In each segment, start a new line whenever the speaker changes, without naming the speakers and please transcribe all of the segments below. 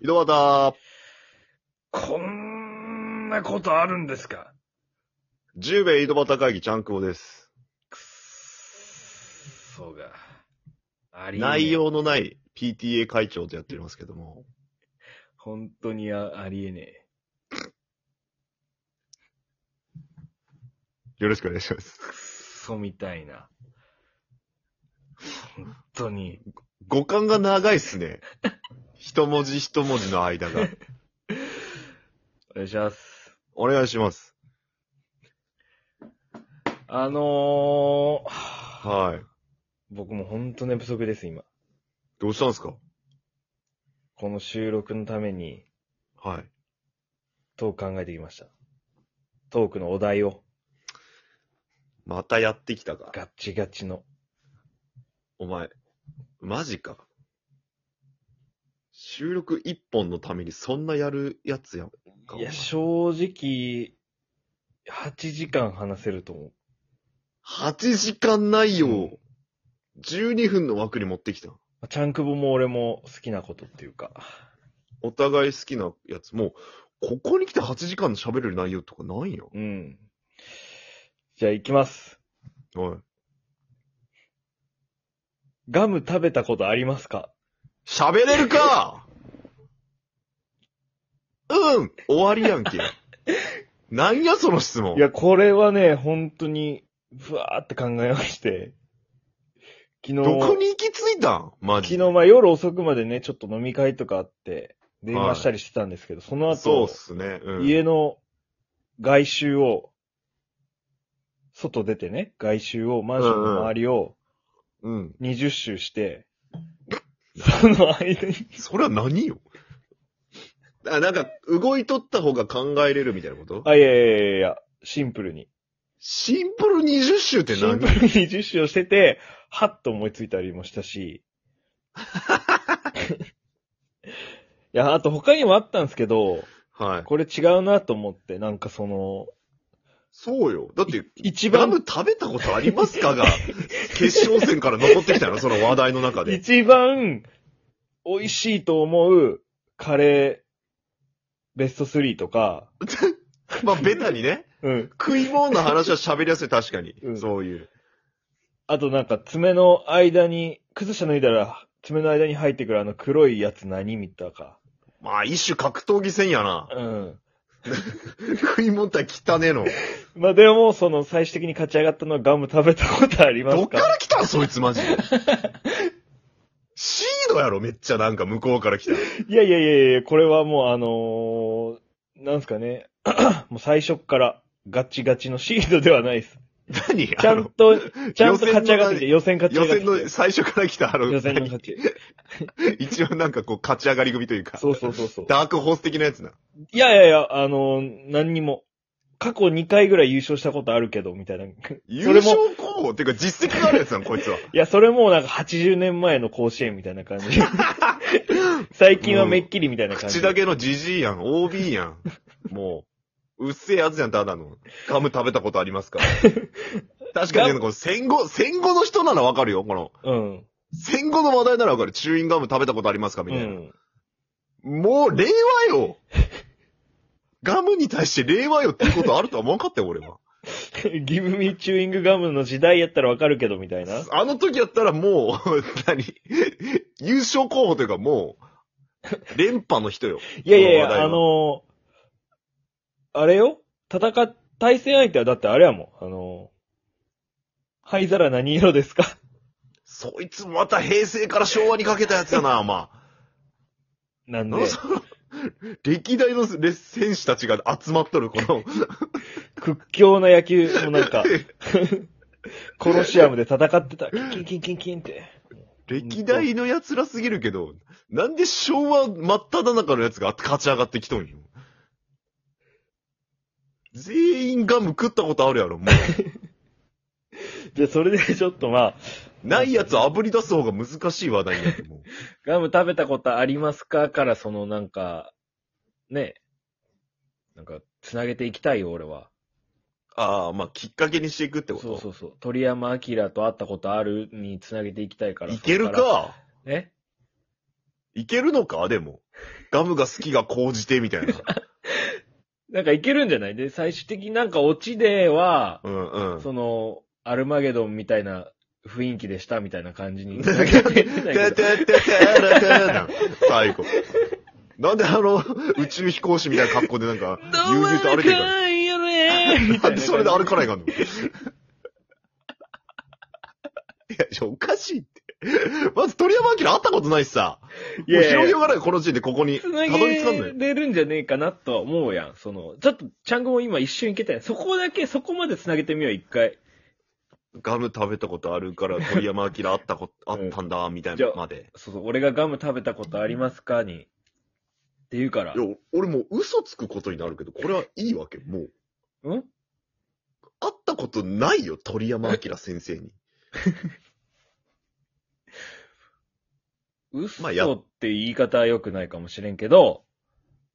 井戸端、
こんなことあるんですか
十兵衛井戸端会議ちゃんくぼです。
くっそうが。ありえねえ
内。容のない PTA 会長とやっておりますけども、
本当にあありえねえ。
よろしくお願いします。
くっそみたいな。本当に。
五感が長いっす ね。一文字一文字の間が。
お願いします。
お願いします。
あのー、
はい。
僕も本当寝不足です、今。
どうしたんですか
この収録のために
はい。
トーク考えてきました。トークのお題を。
またやってきたか。
ガッチガチの。
お前、マジか。収録一本のためにそんなやるやつやんか。お
いや、
前
正直、8時間話せると思う。
8時間ないよ。
うん
12分の枠に持ってきた。
まあチャンクボも俺も好きなことっていうか、
お互い好きなやつも、ここに来て8時間の喋れる内容とかないよ。
うん。じゃあ行きます。
はい。
ガム食べたことありますか
喋れるかうん終わりやん け。なんやその質問。
いや、これはね、本当に、ふわーって考えまして、昨日、
どこに行き着いたんマ
昨
ジ
日
で。
まあ夜遅くまでね、ちょっと飲み会とかあって、電話したりしてたんですけど、その
そう
後
っ、すね。うん。
家の外周を、外出てね、外周を、マンションの周りを
うん。
20周して、その間に、
それは何よあなんか、動いとった方が考えれるみたいなこと
あ、いやいやいやいや、シンプルに。
シンプル20周って
シ
何
ンプルに10周をしてて、はっと思いついたりもし たし。いや、あと他にもあったんですけど、
はい。
これ違うなと思って、なんかその、
そうよ。だって、
一
ガ
番、
ム食べたことあります かが、決勝戦から残ってきたよな、その話題の中 で。
一番美味しいと思うカレー、ベスト3とか、
まあ、ベタにね。
うん。
食い物の話は喋りやすい、確かに。
うん
そういう。
あとなんか爪の間に、靴下脱いだら、爪の間に入ってくるあの黒いやつ何見たか。
まあ、一種格闘技戦や な。
うん。
食い物って汚ねえの。
まあでも、その最終的に勝ち上がったのはガム食べたことありま
ど
す
っから
か
来たんそいつマジで。シードやろ、めっちゃなんか向こうから来た。
いやいやいやいや、これはもうあのー、なんすかね。もう最初っからガチガチのシードではないです。
何
ちゃ
あ
ん
の、
と、ちゃんと勝ち上がってきて、予選勝ち
予
上がって
選
き
の
て。
最初から来た、あの、
予選 の勝ち。
一応なんかこう、勝ち上がり組というか、
そうそうそうそう。
ダークホース的なやつな。
いやいやいや、あのー、何にも。過去2回ぐらい優勝したことあるけど、みたいな。い
優勝候補っていうか実績があるやつなの、こいつは。
や、それもなんか80年前の甲子園みたい な感じ。最近はめっきりみたいな感じ。
口だけのジジイやん、OB やん。もう、うっせえやつやん、ただの。ガム食べたことありますから。確かにね、この戦後、戦後の人ならわかるよ、この。
うん。
戦後の話題ならわかる。チューインガム食べたことありますかみ
う
たいな。
ん。
もう、令和よガムに対して令和よっていうことあるとは思わんかったよ、俺は。
ギブミーチューイングガムの時代やったらわかるけど、みたいな。
あの時やったらもう、 何優勝候補というかもう、連覇の人よ。
いやいやい
この話題
や、
は
あのーあれよ戦っ、対戦相手はだってあれやもん。あのー灰皿何色ですか
そいつまた平成から昭和にかけたやつだな、お前。
なんで
なん、でその、歴代のレッ選手たちが集まっとる、 この、
屈強な野球もなんか、 コロシアムで戦ってた。キンキンキンキンキンって。
歴代の奴らすぎるけど、なんで昭和真っ只中のやつが勝ち上がってきとんよ。全員ガム食ったことあるやろ、も う。
じゃあそれでち ょっとまあ、
ないやつ炙り出す方が難しい話題になる、もう。
ガム食べたことありますかからそのなんか、ね、なんか、つなげていきたいよ、俺は。
ああ、まあ、きっかけにしていくってこと。
そうそうそう。鳥山明と会ったことあるにつなげていきたいから。
いける
そこら
か
え
いけるのかでも。ガムが好きが高じてみ たいな。
なんかいけるんじゃないで、最終的になんかオチでは、
うんうん。
その、アルマゲドンみたいな雰囲気でしたみたいな感じに。
なんかててててらてらなん最後。なんであの、宇宙飛行士みたいな格好でなんか、悠々と歩いてるか
いよ
ら。
ね
なんで それで歩かないいかんのいや、いやおかしいって。まず鳥山明会ったことないしさ。
いやいや
もう広げがない、この時点でここに。た
つ
ど
な
り着かんの
げ
よ。
れるんじゃねえかなとは思うやん。その、ちょっと、ちゃんごも今一瞬いけたやん。そこだけ、そこまでつなげてみよう、一回。
ガム食べたことあるから鳥山明会ったこと、あ
うん
ったんだ、みたい
じゃ
な
あ
まで。
そうそう、俺がガム食べたことありますかに。って言うから。
いや、俺もう嘘つくことになるけど、これはいいわけもう。
ん
会ったことないよ、鳥山明先生に。まあや
嘘って言い方は良くないかもしれんけど、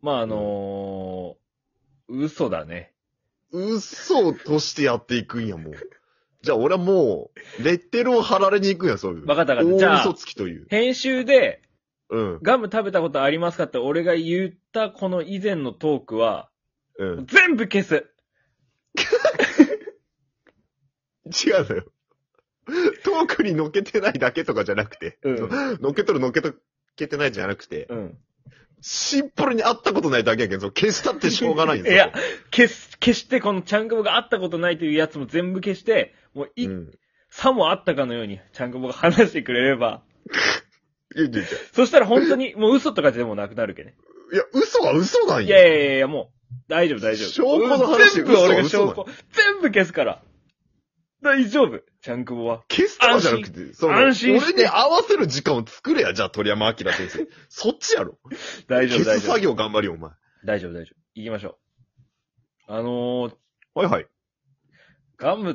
まああのー嘘だね。
嘘としてやっていくんや、もう。じゃあ俺はもう、レッテルを貼られに行くんや、そういう。
わかったわかったじゃ
大
あ
嘘つきという。
編集で、
うん、
ガム食べたことありますかって俺が言ったこの以前のトークは、
うん。
全部消す
違うのよ。トークに乗っけてないだけとかじゃなくて、
うん
乗っけとる乗っけとけてないじゃなくて、
うん。
シンプルに会ったことないだけやけど、そう消したってしょうがないんです
い
よ。
や、消す、消してこのちゃんくぼが会ったことないというやつも全部消して、もうい、
うん。
さもあったかのようにちゃんくぼが話してくれれば、
いやいやいや
そしたら本当にもう嘘とかでもなくなるけどね。
いや、嘘は嘘なん
い
や。
やいやいやいや、もう、大丈夫大丈夫。
証拠の話
全部俺が
嘘
証
嘘
拠。全部消すから。大丈夫。ちゃんくぼは。
消すとかじゃなくて、その、
安心して
俺に合わせる時間を作れや、じゃあ鳥山明先 生。そっちやろ。
大丈夫
消
大
す
丈
作
夫。
業頑張るよ、お前。
大丈夫大丈夫。行きましょう。あのー、
はいはい。
ガムっ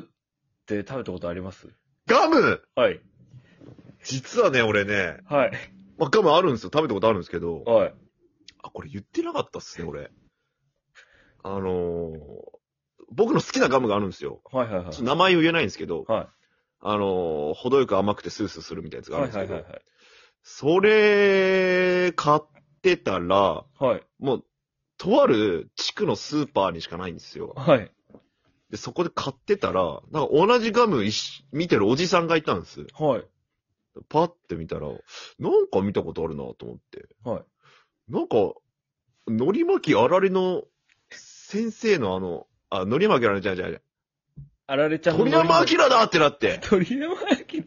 て食べたことあります
ガム
はい。
実はね、俺ね、
はい。
まあ、ガムあるんですよ。食べたことあるんですけど、
はい。
あ、これ言ってなかったっすね、俺。あのー、僕の好きなガムがあるんですよ。
はいはいは
ちょっ
い
と。名前を言えないんですけど、
は
あのー、程よく甘くてスースーするみたいなやつ
い。
があ
は
る
い
んです
は
け
い
ど、
はいはい。
それ、買ってたら、
はい。
もう、とある地区のスーパーにしかないんですよ。
はい。
で、そこで買ってたら、なんか同じガム一緒見てるおじさんがいたんです。
はい。
パッて見たら、なんか見たことあるなと思って。
はい。
なんか、のり巻きあられの先生のあの、あ、のり巻きあられじゃないじゃない
あられちゃん
鳥山
き
明だってなって、
鳥山明。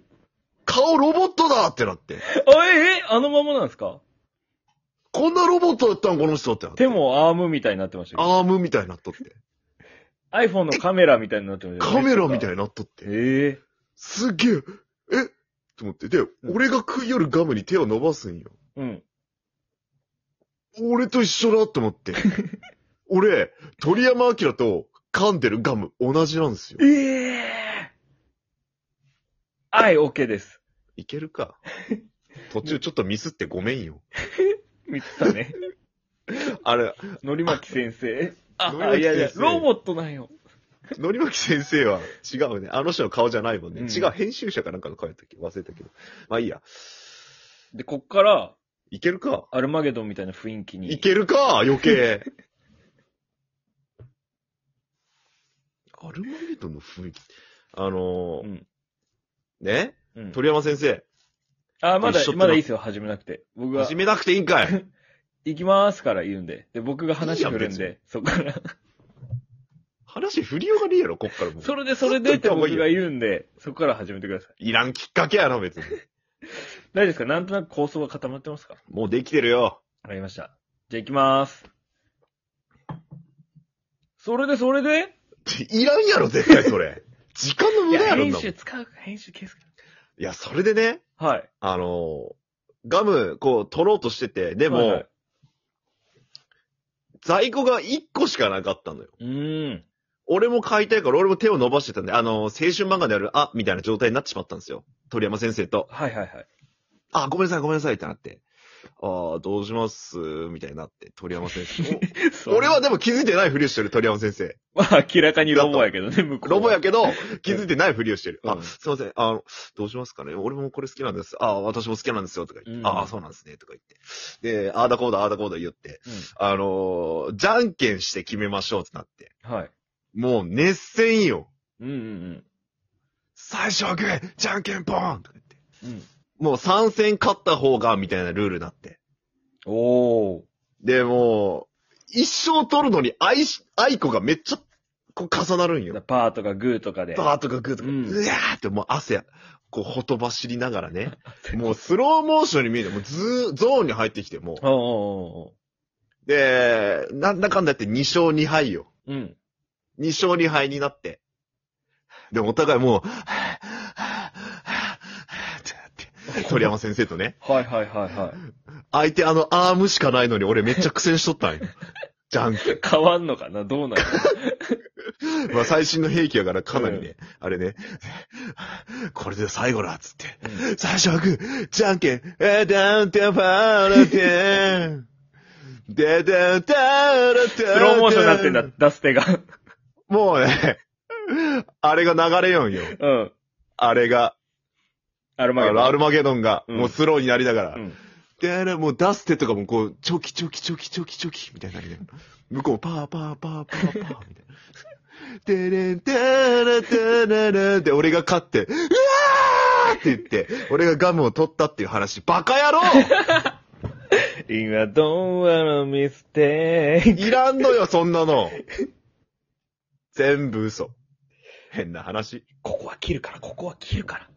顔ロボットだってなって、
おい、え、あのままなんですか
こんなロボットだったんこの人ってなって。
手、もアームみたいになってましたけど。
アームみたいになっとって、
iPhone のカメラみたいになってました
カメラみ
い。
たいになっとって、
ええ
すげえ、えと思って、で、俺が食い寄るガムに手を伸ばすんよ。
うん。
俺と一緒だって思 って。俺、鳥山明と噛んでるガム同じなんですよ。
ええはい、OK です。
いけるか。途中ちょっとミスってごめんよ。
見てた ね。
あれ、
のりまき先生。あ、
のりまき先生
いやいや、ロボットなんよ。
のりまき先生は違うね。あの人の顔じゃないもんね。
うん
違う、編集者かなんかの顔やったっけ忘れたけど。まあいいや。
で、こっから、
いけるか。
アルマゲドンみたいな雰囲気に。
いけるか余 計。アルマゲドンの雰囲気。あのー
うん
ね
うん。
鳥山先生、
あ、まだ
一緒っ、てな
まだいいですよ、始めなくて。僕が
始、めなくていいんかい。
行きまーすから言うんで。で、僕が話してくるん
いいや
で、そっから。
話振りようがねえやろ、こっからもう。
それで、それでって
ちょっと行った方がいいよ
僕が言うんで、そこから始めてください。
いらんきっかけやな、別に。
大丈夫ですかなんとなく構想が固まってますか
もうできてるよ。
わかりました。じゃあ行きまーす。それで、それで
いらんやろ、絶対そ れ。時間の
い
無駄
や、
やろ、ん
編
なもん
集
い
使うか、編集消すか。
や、それでね、
はい。
あのーガム、こう、取ろうとしてて、でも、
はいはい
在庫が1個しかなかったのよ。
うーん。
俺も買いたいから、俺も手を伸ばしてたんで、あのー青春漫画である、あ、みたいな状態になってしまったんですよ。鳥山先生と。
はいはいはい。
あ、ごめんなさい、ごめんなさいってなって。ああ、どうしますみたいになって、鳥山先 生。お俺はでも気づいてないふりをしてる、鳥山先生。
まあ、明らかにロボやけどね、向こうは。
ロボやけど、気づいてないふりをしてる。
う
あ
ん、
すいません。あの、どうしますかね俺もこれ好きなんです。あ、私も好きなんですよ。とか言って。
うん
ああ、そうなんですね。とか言って。で、ああだこうだ、ああだこうだ言って。あのーじゃんけんして決めましょうってなって。
うん。はい。
もう熱戦よ。
うんうん
最初はグー、じゃんけんポンとか言って。
うん。うん。
もう3戦勝った方が、みたいなルールになって。
おー。
で、もう、一生取るのに愛し、愛子がめっちゃ、こう重なるんよ。
パーとかグーとかで。
バーとかグーとか、
う
うんわーってもう汗、こうほとばしりながらね。もうスローモーションに見えて、もうずー、ゾーンに入ってきて、もう。
おーお
で、なんだかんだ言って2勝2敗よ。
ーおーうん。
2勝2敗になって。でもお互いもう、はぁ、はぁ、はぁ、ってなって。鳥山先生とね。
はいはいはいは
相手あのアームしかないのに俺めっちゃ苦戦しとったんよ。じゃんけん。
い。変わんのかなどうなる
まあ最新の兵器やからかなりね、あれね、 これで最後だっつって、最初はグー、じゃんけん、えー、ダウンテンパーラテ ン、で、ダウンターラテン。ス
スローモーションになってんだ、出す手 が。
もうね、あれが流れよんよ。
うん。
あれが、
アル
あ
マゲ
の
ド
アルマゲドンが、
うん
もうスローになりながら、
ン。うん。
で、あれ、もう出す手とかもこう、チョキチョキチョキチョキチョキみたいになりながら、向こうもパーパーパーパーパーみたいな。てれんてれてれれで、俺が勝って、うわーって言って、俺がガムを取ったっていう話、バカ野郎
今、don't wanna mistake.
いらんのよ、そんなの。全部嘘。変な話。
ここは切るから、ここは切るから。